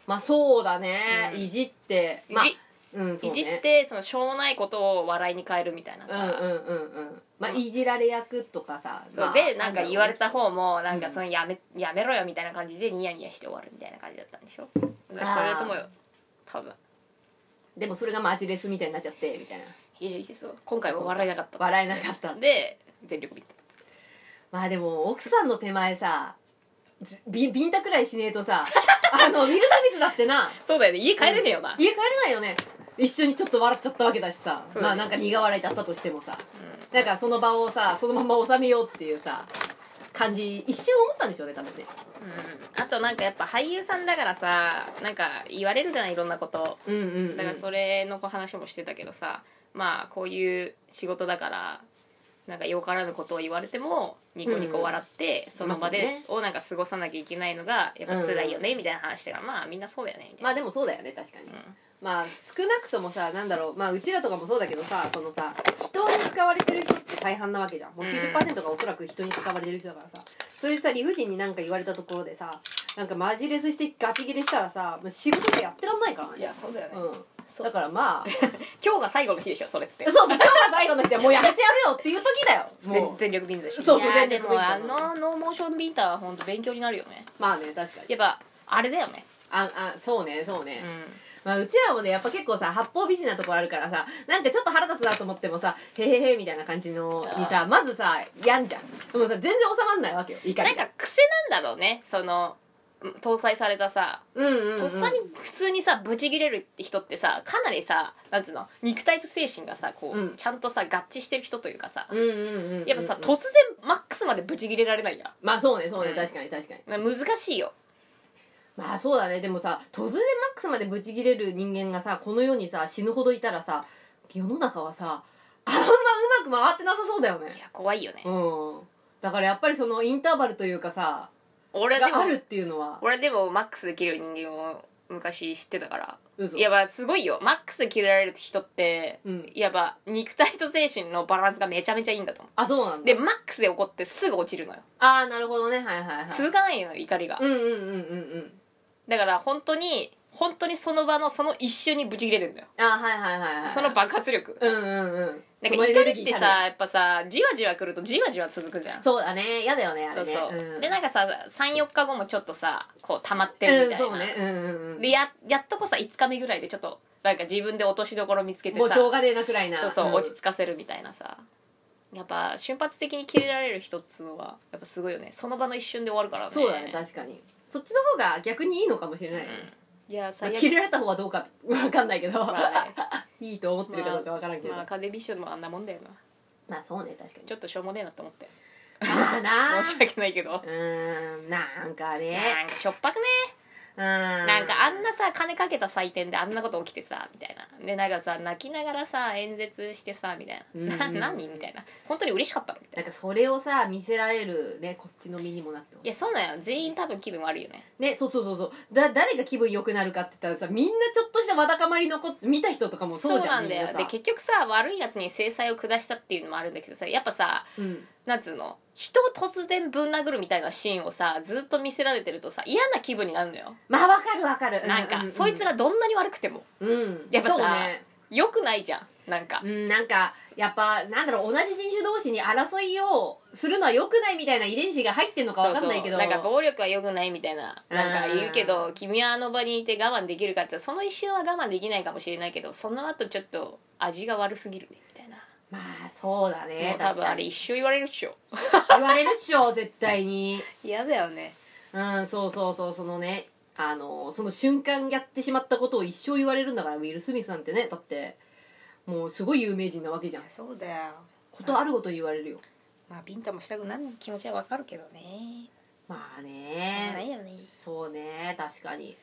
S2: まあそうだね、
S1: うん
S2: いじってまあ
S1: い
S2: うんそう
S1: い
S2: ね
S1: じってそのしょうもないことを笑いに変えるみたいな
S2: う
S1: さ、
S2: んうんうんうんまあいじられ役とかさ
S1: そう
S2: まあ
S1: でなんか言われ
S2: なんだ
S1: た方もなんか
S2: うん
S1: そのやめ,、やめろよみたいな感じでニヤニヤして終わるみたいな感じだったんでしょそれ
S2: あー
S1: とも多分
S2: ろうねでもそれがマジレスみたいになっちゃってみたいない
S1: やいやそう今回は笑えなかった
S2: 笑えなかった
S1: で全力ビット
S2: まあでも奥さんの手前さずビビンタくらいしねえと さあのウィル・スミスだってな
S1: そうだよね家帰れねえよな、
S2: 家帰れないよね一緒にちょっと笑っちゃったわけだしさ、
S1: そうだ
S2: まあ
S1: ね
S2: なんか苦笑いだったとしてもさなんかその場をさそのまま収めようっていうさ感じ一瞬思ったんでしょうね多分ね
S1: うん、あとなんかやっぱ俳優さんだからさなんか言われるじゃないいろんなこと
S2: うんうん、うん、
S1: だからそれの話もしてたけどさまあこういう仕事だからなんかよからぬことを言われてもニコニコ笑って、その場
S2: まあ
S1: で
S2: そうね
S1: をなんか過ごさなきゃいけないのがやっぱ辛いよねみたいな話だから、まあみんなそうだよねみたい
S2: ま
S1: な、
S2: あでもそうだよね確かに、
S1: うん
S2: まあ少なくともさなんだろうまあうちらとかもそうだけどさそのさ人に使われてる人って大半なわけじゃんもう
S1: うん
S2: 90%がおそらく人に使われてる人だからさそれでさ理不尽になんか言われたところでさなんかマジレスしてガチ切れしたらさもう仕事でやってらんないからね
S1: そうだよ
S2: うん
S1: そう
S2: だからまあ
S1: 今日が最後の日でしょそれって
S2: そうそう今日が最後の日でもうやめてやるよっていう時だよ
S1: 全
S2: もう
S1: 全力ビンタでしょ
S2: そうそう
S1: いやー
S2: 全
S1: で
S2: 力
S1: も
S2: ビンタ
S1: あのノーモーションビンタは本当勉強になるよね
S2: まあね確かに
S1: やっぱあれだよね
S2: ああそうねそうね、
S1: う
S2: まあ、うちらもねやっぱ結構さ八方美人なとこあるからさなんかちょっと腹立つなと思ってもさ「へへへ」みたいな感じのにさまずさやんじゃんでもさ全然収まんないわけよ怒りが
S1: ん、なんか癖なんだろうねそのうん搭載されたさ
S2: うんうん、うん、
S1: とっさに普通にさブチギレるって人ってさかなりさなんつうの肉体と精神がさこう、
S2: うん
S1: ちゃんとさ合致してる人というかさ、
S2: うんうんうんうん
S1: やっぱさ突然マックスまでブチギレられないや
S2: まあそうねそうね、
S1: うん
S2: 確かに確かに
S1: 難しいよ
S2: まあそうだねでもさ突然マックスまでブチギレる人間がさこの世にさ死ぬほどいたらさ世の中はさあんまうまく回ってなさそうだよ
S1: い
S2: ね
S1: や怖いよね、
S2: うんだからやっぱりそのインターバルというかさ
S1: 俺でも
S2: があるっていうのは
S1: 俺でもマックスで切れる人間を昔知ってたから
S2: 嘘
S1: いやまあすごいよマックスで切れられる人って、
S2: うん
S1: いやば肉体と精神のバランスがめちゃめちゃいいんだと思
S2: あそうなん
S1: う
S2: だ
S1: でマックスで怒ってすぐ落ちるのよ
S2: ああなるほどねはいはいはい
S1: 続かないのよ怒りが、
S2: うんうんうんうんうん
S1: だから本当に本当にその場のその一瞬にブチ切れてんだよ
S2: あはいはいはいはい
S1: その爆発力、
S2: うんうんうん
S1: なん
S2: そ
S1: か
S2: のエ
S1: 怒
S2: ネル
S1: り
S2: ギ
S1: っ
S2: ー
S1: て
S2: た
S1: さ
S2: る
S1: やっぱさじわじわ来るとじわじわ続くじゃん
S2: そうだね嫌だよねあ
S1: そ
S2: れ
S1: う
S2: ね
S1: そう、
S2: ん、
S1: でなんかさ34日後もちょっとさこう溜まって
S2: う
S1: る
S2: ん
S1: みたいな、
S2: そうねうんうんうん
S1: でややっとこさ5日目ぐらいでちょっとなんか自分で落としどころ見つけて
S2: もう
S1: さ
S2: しょうがねえなくらいな
S1: そうそう、
S2: ん
S1: 落ち着かせるみたいなさやっぱ瞬発的に切れられる人っつうのはやっぱすごいよねその場の一瞬で終わるからね
S2: そうだね確かにそっちの方が逆にいいのかもしれないよね、
S1: いや
S2: まあ
S1: 最悪
S2: 切れられた方はどうか わかんないけど、
S1: まあね
S2: いいと思ってるかどうかわからんけど、
S1: ま
S2: ま
S1: あ
S2: あ、
S1: カデミー賞でもあんなもんだよな
S2: そうね確かに
S1: ちょっとしょうもねえなと思って
S2: まあな
S1: 申し訳ないけど
S2: うーんなんか
S1: な
S2: ね
S1: んかしょっぱくね
S2: うんな
S1: なんかあんなさ金かけた祭典であんなこと起きてさみたいなでなんかさ泣きながらさ演説してさみたいなな
S2: うんうん
S1: 何みたいな本当に嬉しかったのみた
S2: ないん
S1: な
S2: かそれをさ見せられるねこっちの身にもなってほしい
S1: いやそうなんよ全員多分気分悪いよね
S2: ね、そうそうそうそうだ誰が気分良くなるかって言ったらさみんなちょっとしたわだかまり残って見た人とかも
S1: そ
S2: そううじゃ
S1: なんんだよ
S2: みん
S1: で
S2: なさ
S1: 結局さ悪いやつに制裁を下したっていうのもあるんだけどさやっぱさ
S2: うん、
S1: なんつうの人を突然ぶん殴るみたいなシーンをさずっと見せられてるとさ嫌な気分になるのよ
S2: まあわかるわかる
S1: なんか、
S2: ううう
S1: そいつがどんなに悪くても
S2: うん
S1: やっぱさ
S2: そうね
S1: 良くないじゃんなんか
S2: うん、なんか、やっぱ、なんだろう、同じ人種同士に争いをするのは良くないみたいな遺伝子が入ってんのかわかんないけど。
S1: んか暴力は良くないみたいななんか言うけど君はあの場にいて我慢できるかって言ったらその一瞬は我慢できないかもしれないけどその後ちょっと味が悪すぎるねみたいな、
S2: まあ、そうだね
S1: も。う多分あれ
S2: 確
S1: 一生言われるっしょ
S2: かに言われるっしょ、絶対に。
S1: 嫌だよね
S2: うん、そうそうそう、そのね、あの、その瞬間やってしまったことを一生言われるんだから、ウィル・スミスなんてね、だって、もうすごい有名人なわけじゃん。
S1: そうだよ
S2: ことあるごとに言われるよ。
S1: まあビンタもしたくなる気持ちはわかるけどね
S2: まあ
S1: しょうがない
S2: ね。
S1: よね
S2: そうね、確かに。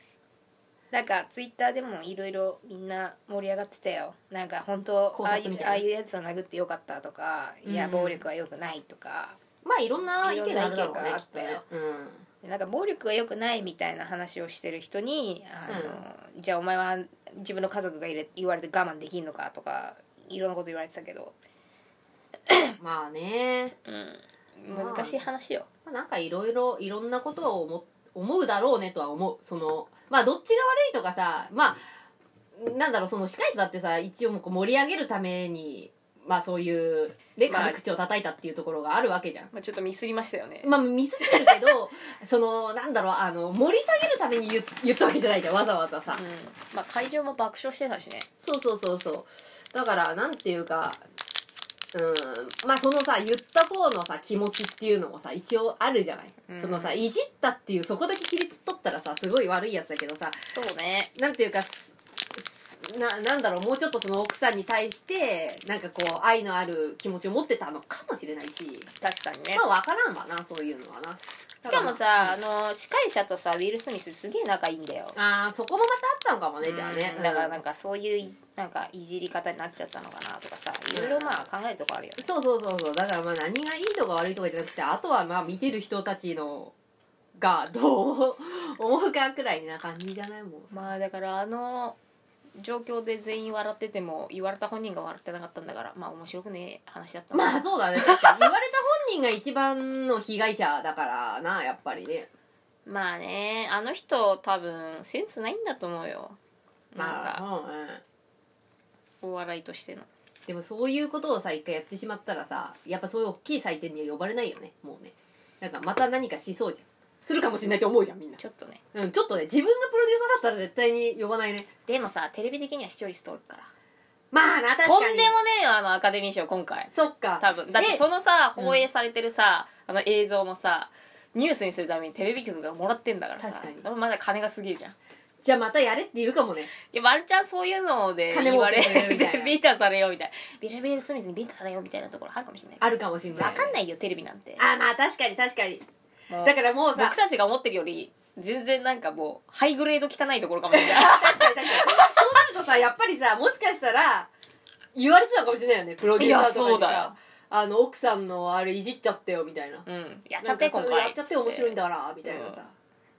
S1: なんかツイッターでもいろいろみんな盛り上がってたよなんか本当
S2: 考
S1: ああ
S2: 察
S1: い
S2: み
S1: う
S2: たいな
S1: ああいうやつは殴ってよかったとかいや
S2: うん
S1: 暴力は良くないとか、
S2: まあ、いろんな意見があるだろう
S1: いろん
S2: ね、き
S1: な意見があ
S2: っ
S1: っ
S2: と
S1: たよ
S2: ね。うん。
S1: でなんか暴力が良くないみたいな話をしてる人にあの、じゃあお前は自分の家族が入れ言われて我慢できんのかとかいろんなこと言われてたけど、
S2: まあね。
S1: 難しい話よ、
S2: まあなんかいろいろいろんなことを思思うだろうねとは思うそのまあどっちが悪いとかさまあなんだろうその司会者だってさ一応もうこう盛り上げるためにまあそういうで
S1: まあ
S2: 軽口を叩いたっていうところがあるわけじゃん。
S1: まあ、ちょっとミスりましたよね
S2: まあミスってるけどそのなんだろうあの盛り下げるために言言ったわけじゃないじゃんわざわざさ
S1: うん、まあ会場も爆笑してたしね
S2: そうそうそうそうだからなんていうかうんまあそのさ言った方のさ気持ちっていうのもさ一応あるじゃない、
S1: うん
S2: そのさいじったっていうそこだけ切り取ったらさすごい悪いやつだけどさ
S1: そうね
S2: なんていうかすななんだろうもうちょっとその奥さんに対してなんかこう愛のある気持ちを持ってたのかもしれないし
S1: 確かにね
S2: まあ分からんわなそういうのはな
S1: しかもさあの司会者とさウィル・スミスすげえ仲いいんだよ
S2: あーそこもまたあったのかもねじゃあね、
S1: うんだからなん
S2: か
S1: かそういういなんかいじり方になっちゃったのかなとかさ
S2: ん
S1: いろいろまあ考えるとこあるよね
S2: そうそうそうそうだからまあ何がいいとか悪いとかじゃなくてあとはまあ見てる人たちのがどう思う思うかくらいな感じじゃないもん
S1: まあだからあの状況で全員笑ってても言われた本人が笑ってなかったんだからまあ面白くねえ話だったな
S2: まあそうだね確かに言われた本人が一番の被害者だからなやっぱりね
S1: まあねあの人多分センスないんだと思うよ なん
S2: まあ
S1: か
S2: うんうん
S1: お笑いとしての
S2: でもそういうことをさ一回やってしまったらさやっぱそういう大きい祭典には呼ばれないよねもうねなんかまた何かしそうじゃんするかもしれないと思うじゃんみんな
S1: ちょっとね
S2: うんちょっとね自分がプロデューサーだったら絶対に呼ばないね
S1: でもさテレビ的には視聴率取るから
S2: まあな確
S1: とん
S2: か
S1: でも
S2: に
S1: ねえよあのアカデミー賞今回
S2: そっか
S1: 多分だって
S2: で
S1: そのさ
S2: うん
S1: 放映されてるさ、あの映像もさニュースにするためにテレビ局がもらってんだからさ
S2: 確かに
S1: あれまだ金がすげえじゃん
S2: じゃあまたやれって言うかもね
S1: でワンチャンそういうので
S2: 金
S1: 言
S2: 儲
S1: われ
S2: けされるみたいな
S1: て ビンタされようみたいなビル・ビル・スミスにビンタされようみたいなところあるかもしれない
S2: あるかもしれない
S1: 分かんないよテレビなんて
S2: あまあ確かに確かに
S1: もう
S2: だからもうさ
S1: 僕たちが思ってるより全然なんかもうハイグレード汚いところかもし れない
S2: 確かに確かにそうなるとさやっぱりさもしかしたら言われてたのかもしれないよねプロデューサーとかにさ
S1: いやそうだよ
S2: あの奥さんのあれいじっちゃったよみたいな
S1: うんやっちゃって
S2: なんか
S1: 今
S2: そ
S1: 回
S2: れやっちゃって面白いんだからみたいなさ、
S1: うん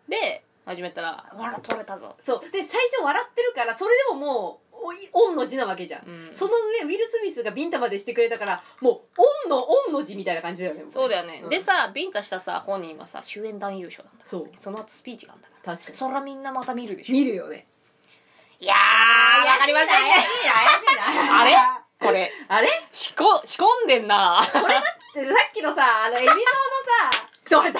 S1: で始めたら「ほら取れたぞ
S2: そうで最初笑ってるからそれでももうおいオンの字なわけじゃん」、
S1: うん
S2: その上ウィル・スミスがビンタまでしてくれたからもうオンのオンの字みたいな感じだよねも
S1: そうだよね、
S2: うん
S1: でさビンタしたさ本人はさ主演男優賞なんだ
S2: そう
S1: その後スピーチがあんだから
S2: 確かに
S1: そらみんなまた見るでしょ
S2: 見るよね
S1: いやーわかりませんね
S2: 怪しいな怪しいな
S1: あれこれ
S2: あれ
S1: 仕こ仕込んでんな
S2: でさっきのさ、あの、エビゾーのさ、ダイヤモン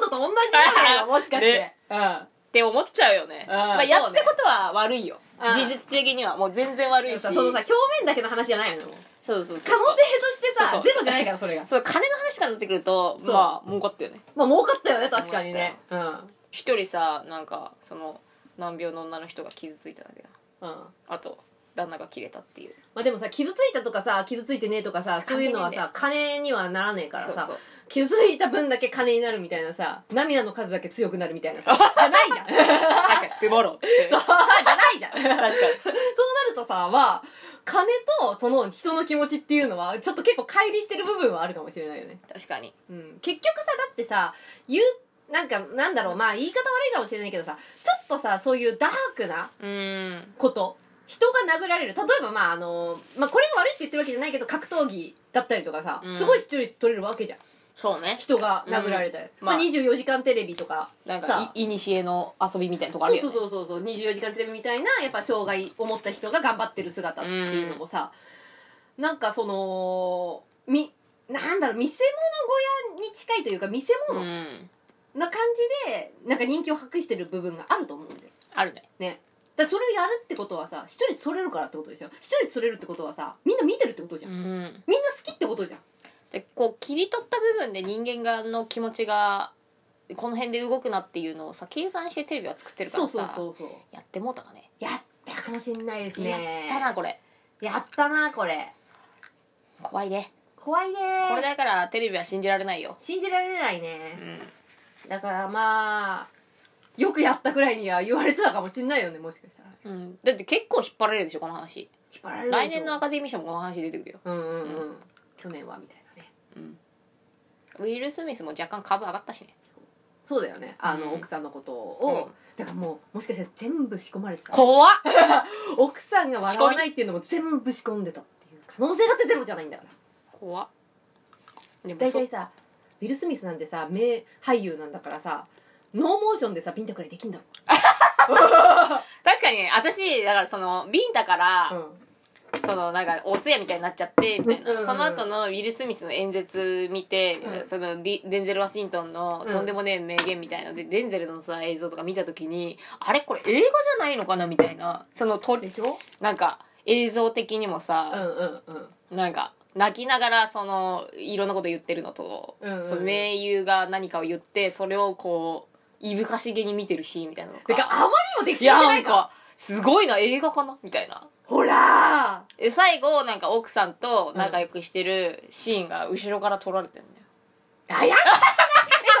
S2: ドと同じなのよ、もしかして。
S1: ね
S2: うん。
S1: って思っちゃうよね、
S2: うん
S1: まあ、やったことは悪いよ、
S2: うん
S1: 事実的にはもう全然悪いし
S2: そのさ、表面だけの話じゃないのよもう
S1: そうそうそ
S2: 可
S1: う
S2: 能性としてさ、
S1: そうそう
S2: ゼロじゃないから、それが。
S1: そう金の話からなってくると
S2: そう
S1: まあ儲かったよね
S2: まあ、儲かったよね、確かにね。うん。うん。
S1: 一人さなんかその難病の女の人が傷ついただけだ
S2: ま
S1: あと旦那が切れたっていう
S2: あでもさ、傷ついたとかさ、傷ついてねえとかさ、そういうのはさ、金にはならねえからさ、
S1: そうそう
S2: 傷ついた分だけ金になるみたいなさ、涙の数だけ強くなるみたいな さ、じゃないじゃん。 じゃない
S1: 確かに「トゥモロー」 って
S2: じゃん。
S1: 確かに
S2: そうなるとさ、まあ、金とその人の気持ちっていうのは、ちょっと結構乖離してる部分はあるかもしれないよね。
S1: 確かに
S2: うん。結局さ、だってさ、言う、なんか、なんだろう、まあ言い方悪いかもしれないけどさ、ちょっとさ、そういうダークな
S1: うーん
S2: こと、人が殴られる。例えばまああの、まあこれが悪いって言ってるわけじゃないけど、格闘技だったりとかさ、
S1: うん
S2: すごい視聴率取れるわけじゃん。
S1: そうね
S2: 人が殴られたり。
S1: うん
S2: まあ
S1: まあ
S2: 24時間テレビとか、
S1: なん
S2: さ
S1: かいいにしえの遊びみたいなとこあ
S2: そ
S1: る
S2: う
S1: よ、
S2: そ
S1: ね、
S2: うそうそうそう24時間テレビみたいなやっぱ障害を持った人が頑張ってる姿っていうのもさ、なんかそのみなんだろう見せ物小屋に近いというか見せ
S1: う
S2: 物
S1: ん
S2: な感じでなんか人気を博してる部分があると思うんで
S1: あるね
S2: だからそれをやるってことはさ視聴率取れるからってことでしょ視聴率取れるってことはさみんな見てるってことじゃん、
S1: うん
S2: みんな好きってことじゃん
S1: でこう切り取った部分で人間側の気持ちがこの辺で動くなっていうのをさ計算してテレビは作ってるか
S2: そ
S1: ら
S2: う
S1: さ
S2: そうそうそう
S1: やってもうたかね
S2: やったかもしんないですね
S1: やったなこれ
S2: やったなこれ
S1: 怖いね
S2: 怖いね
S1: これだからテレビは信じられないよ
S2: 信じられないうね
S1: ん
S2: だからまあよくやったくらいには言われてたかもしんないよねもしかしたら
S1: うん、だって結構引っ張られるでしょこの話
S2: 引っ張られるでしょ
S1: 来年のアカデミー賞もこの話出てくるよ、
S2: うんうんうん、去年はみたいなね
S1: うん、ウィル・スミスも若干株上がったしね
S2: そうだよねあの、
S1: うん
S2: 奥さんのことを、
S1: うん
S2: だからもうもしかしたら全部仕込まれてた
S1: 怖っ
S2: 奥さんが笑わないっていうのも全部仕込んでたっていう可能性だってゼロじゃないんだから
S1: 怖っでも
S2: 大
S1: そう
S2: 体さウィル・スミスなんてさ名俳優なんだからさノーモーションでさビンタくらいできんだろ
S1: 確かにね私だからそのビンタから、
S2: うん
S1: そのなんかお通夜みたいになっちゃってみたいな、
S2: うんうんうん
S1: その後のウィル・スミスの演説見て、みたいな
S2: うん
S1: そのディデンゼル・ワシントンの
S2: うん
S1: とんでもねえ名言みたいので、デンゼルのさ映像とか見た時にあれこれ映画じゃないのかなみたいなそのと
S2: でしょ
S1: なんか映像的にもさ、
S2: うんうんうん
S1: なんか泣きながらそのいろんなこと言ってるのと、
S2: うんうんうん
S1: その名優が何かを言ってそれをこういぶかしげに見てるシーンみたいなの
S2: て
S1: が
S2: かあまりもでき
S1: い
S2: て
S1: や
S2: な
S1: ないん
S2: か
S1: かすごいな映画かなみたいな
S2: ほら
S1: え最後なんか奥さんと仲良くしてるシーンが後ろから撮られてるんだ
S2: ー
S1: よ
S2: あやったねそこまでもで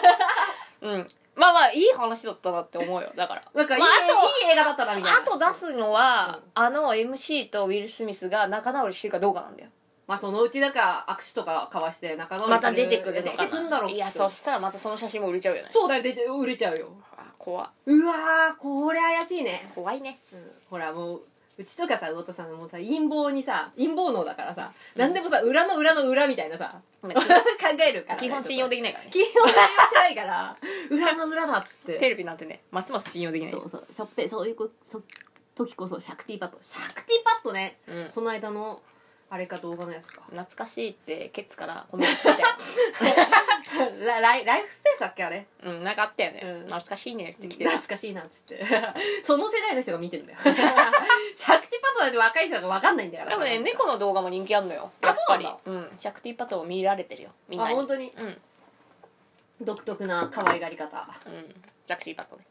S2: きたけどね
S1: うんまあまあいい話だったなって思うよだから
S2: なんかいい,、
S1: まあ
S2: いい映画だったなみたいな
S1: あとあと出すのは、あの MC とウィル・スミスが仲直りしてるかどうかなんだよ
S2: まあそのうちだから握手とか交わして仲直り
S1: また出てくる
S2: 出
S1: の
S2: て
S1: か
S2: くんだろ
S1: ないや
S2: きっと
S1: そしたらまたその写真も売れちゃうよね
S2: そうだよ出て売れちゃうよ
S1: あ怖
S2: うわーこれ怪しいね
S1: 怖いね
S2: うんほらもううちとかさ魚田さんもさ陰謀にさ陰謀能だからさ何でもさ裏の裏の裏みたいなさ考えるからね、
S1: 基本信用
S2: で
S1: できない からね
S2: 基本信用してないから裏の裏だっつって
S1: テレビなんてねますます信用できない
S2: そうそうしょっぺそういうこそ時こそシャクティパッドシャクティパッドね
S1: うん
S2: この間のあれか動画のやつか
S1: 懐かしいってケツからコメントついたよ
S2: ラライライフスペースだっけあれ
S1: うんなんかあったよね、
S2: うん
S1: 懐かしいねって来てる
S2: 懐かしいなっつって その世代の人が見て んだよシャクティパッドなんて若い人が分かんないんだから
S1: でもね猫の動画も人気あんのよ
S2: あ
S1: やっぱり
S2: そう
S1: うんシャクティパトを見られてるよみん
S2: あ
S1: なに
S2: 本当に
S1: うんうん
S2: 独特な可愛がり方
S1: シャクティパトね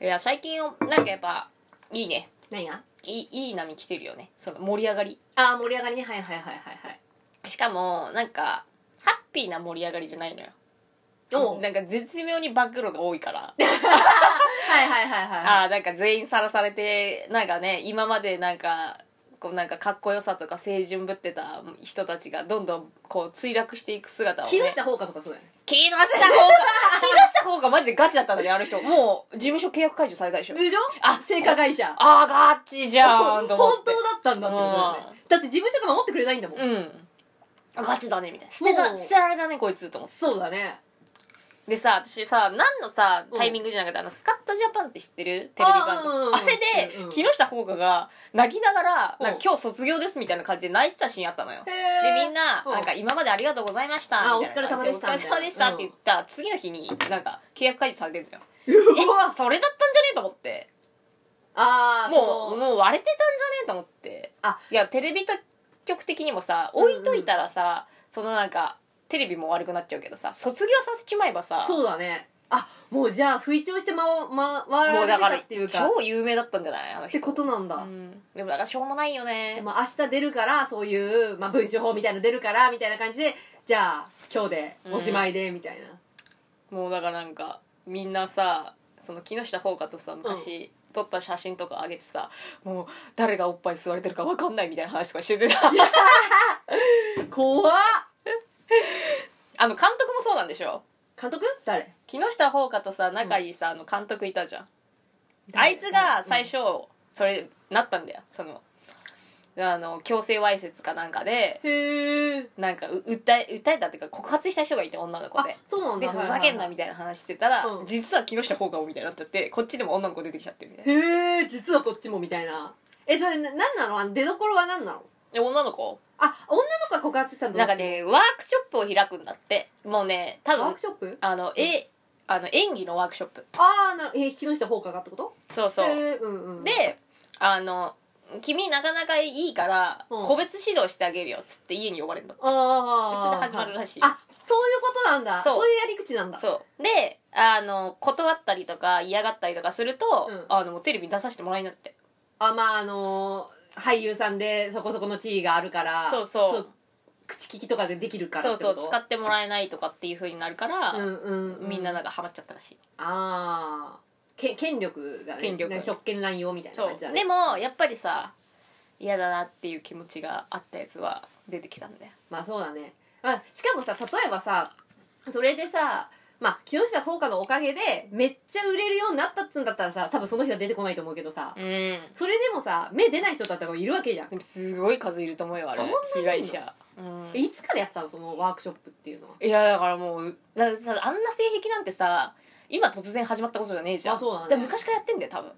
S1: いや最近なんかやっぱいいね
S2: 何が
S1: いいいい波来てるよねその盛り上がり
S2: ああ盛り上がりねはいはいはいはいはい
S1: しかもなんかハッピーな盛り上がりじゃないのよ
S2: おう
S1: なんか絶妙に暴露が多 いから
S2: はいはいはいはい
S1: ああなんか全員さらされてなんかね今までなんかこうなんかかっこよさとか青春ぶってた人たちがどんどんこう墜落していく姿をね
S2: 木下ほうかとかそうだよね
S1: 木下 方が木下方がマジでガチだったんだよあの人もう事務所契約解除されたでしょ
S2: でしょ
S1: あ
S2: 性加害者
S1: あーガチじゃん
S2: 本当
S1: と
S2: だ
S1: 思って
S2: ったんだってことだよねだって事務所が守ってくれないんだもん
S1: うんあガチだねみたいな捨てた
S2: もう
S1: 捨てられたねこいつと思って
S2: そうだね
S1: でさ私さ何のさタイミングじゃなくて、あのスカットジャパンって知ってるテレビ番組
S2: あーうんうん
S1: あれで、
S2: うんうん
S1: 木下ほうかが泣きながら、
S2: うん
S1: なんか今日卒業ですみたいな感じで泣いてたシーンあったのよ
S2: へ
S1: で
S2: え
S1: みんな,、なんか今までありがとうございました
S2: あ
S1: みたいな感
S2: お
S1: じ
S2: 疲れ様でした
S1: お疲れ様でしたって言った、次の日になんか契約解除されてるのよ
S2: う
S1: え
S2: わ
S1: それだったんじゃねえと思って
S2: ああ
S1: もう
S2: う
S1: もう割れてたんじゃねえと思って
S2: あ
S1: いやテレビ局的にもさ
S2: うんうん
S1: 置いといたらさ、そのなんかテレビも悪くなっちゃうけどさ卒業させちまえばさ
S2: そうだねあもうじゃあ不意調してまま回
S1: もう
S2: られて
S1: だか
S2: た
S1: ら
S2: っていうかっ
S1: 超有名だったんじゃないあの
S2: て
S1: 人
S2: ことなんだ、
S1: うん、でもだからしょうもないよね、
S2: まあ、明日出るからそういう、まあ、文書法みたいなの出るからみたいな感じでじゃあ今日でおしまいでみたいな、
S1: もうだからなんかみんなさその木下ほうかとさ昔、撮った写真とか上げてさもう誰がおっぱい吸われてるか分かんないみたいな話とかしててた
S2: 怖っ
S1: あの監督もそうなんでしょ
S2: 監督誰
S1: 木下ほうかとさ仲いいさ、あの監督いたじゃんあいつが最初それなったんだよそのあの強制わいせつかなんかで
S2: へえ
S1: なんかう訴え訴えたっていうか告発した人がいて女の子
S2: あ
S1: で
S2: そうなん
S1: で
S2: だ
S1: ふざけんなみたいな話してたら、
S2: うん
S1: 実は木下ほうかもみたいになっちゃってこっちでも女の子出てきちゃってるみたいな
S2: へえ実はこっちもみたいなええそれな何なのあの出どころは何なの
S1: で女の子
S2: あ女の子が告発したの
S1: なんかねワークショップを開くんだってもうね多
S2: ワー
S1: 分
S2: クショップ
S1: あのえあの演技のワークショップ
S2: ああなるえ木下放火がってこと
S1: そうそう、
S2: えーうんうん、
S1: であの君なかなかいいから
S2: うん
S1: 個別指導してあげるよっつって家に呼ばれるの
S2: ああ
S1: それで始まるらしい
S2: あそういうことなんだ
S1: そ
S2: そうういうやり口なんだ
S1: そうであの断ったりとか嫌がったりとかすると、
S2: うん
S1: あのもうテレビに出させてもらえなくて
S2: あまああのー俳優さんでそこそこの地位があるから
S1: そうそう
S2: 口利きとかでできるから
S1: そう
S2: ってこ
S1: そ
S2: と
S1: う使ってもらえないとかっていうふうになるから、
S2: うんうんう
S1: みんななん
S2: あ
S1: かハマっちゃったらしい、
S2: あーけ権力がね
S1: 権力
S2: なんか職権乱用みたいな
S1: そ
S2: 感
S1: う
S2: じだ
S1: で
S2: ね
S1: もやっぱりさ嫌だなっていう気持ちがあったやつは出てきたんだよ
S2: まあそうだね、まあ、しかもさ例えばさそれでさまあ木下放火のおかげでめっちゃ売れるようになったっつんだったらさ多分その人は出てこないと思うけどさ、
S1: うん
S2: それでもさ目出ない人だったらいるわけじゃん
S1: でもすごい数いると思うよあれ
S2: そんなに
S1: 被害者、うん
S2: いつからやってたのそのワークショップっていうのはい
S1: やだからもうだからさあんな性癖なんてさ今突然始まったことじゃねえじゃん
S2: あそうだね
S1: から昔からやってんだよ多分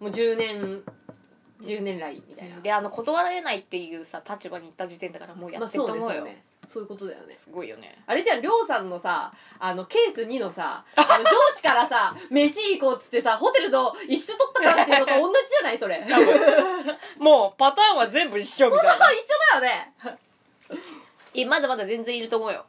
S2: もう10年10年来みたいな、
S1: であの断られないっていうさ立場に行った時点だからもうや
S2: ま
S1: っ
S2: あ
S1: てる
S2: そ
S1: と思うよ、
S2: ねそうねそういうことだよね
S1: すごいよね
S2: あれじゃんりょうさんのさあのケース2のさ あの上司からさ飯行こうっつってさホテルの一室取ったからっていうのと同じじゃないそれ一緒だよ
S1: もうパターンは全部一緒みたいな
S2: ね
S1: えまだまだ全然いると思うよ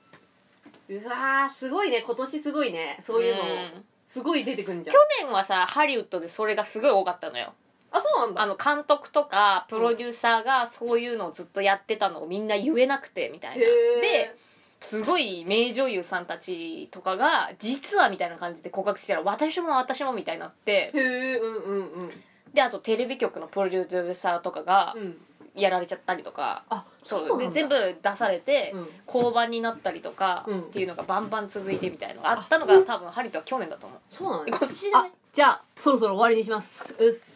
S2: うわーすごいね今年すごいねそういうの
S1: ん
S2: すごい出てくんじゃん
S1: 去年はさハリウッドでそれがすごい多かったのよ
S2: あそうなんだ
S1: あの監督とかプロデューサーがそういうのをずっとやってたのをみんな言えなくてみたいな
S2: へー
S1: ですごい名女優さんたちとかが実はみたいな感じで告白してたら私も私もみたいになっ
S2: へ
S1: て
S2: えうんうんうん
S1: であとテレビ局のプロデューサーとかが
S2: うん
S1: やられちゃったりとか、
S2: あ
S1: そう
S2: そうなん
S1: で
S2: だ
S1: 全部出されて、
S2: うん
S1: 交番になったりとか、
S2: うん
S1: っていうのがバンバン続いてみたいのがあったのが多分ハリとは去年だと思う
S2: そうなんだ
S1: 今年
S2: あじゃあそろそろ終わりにしますうっす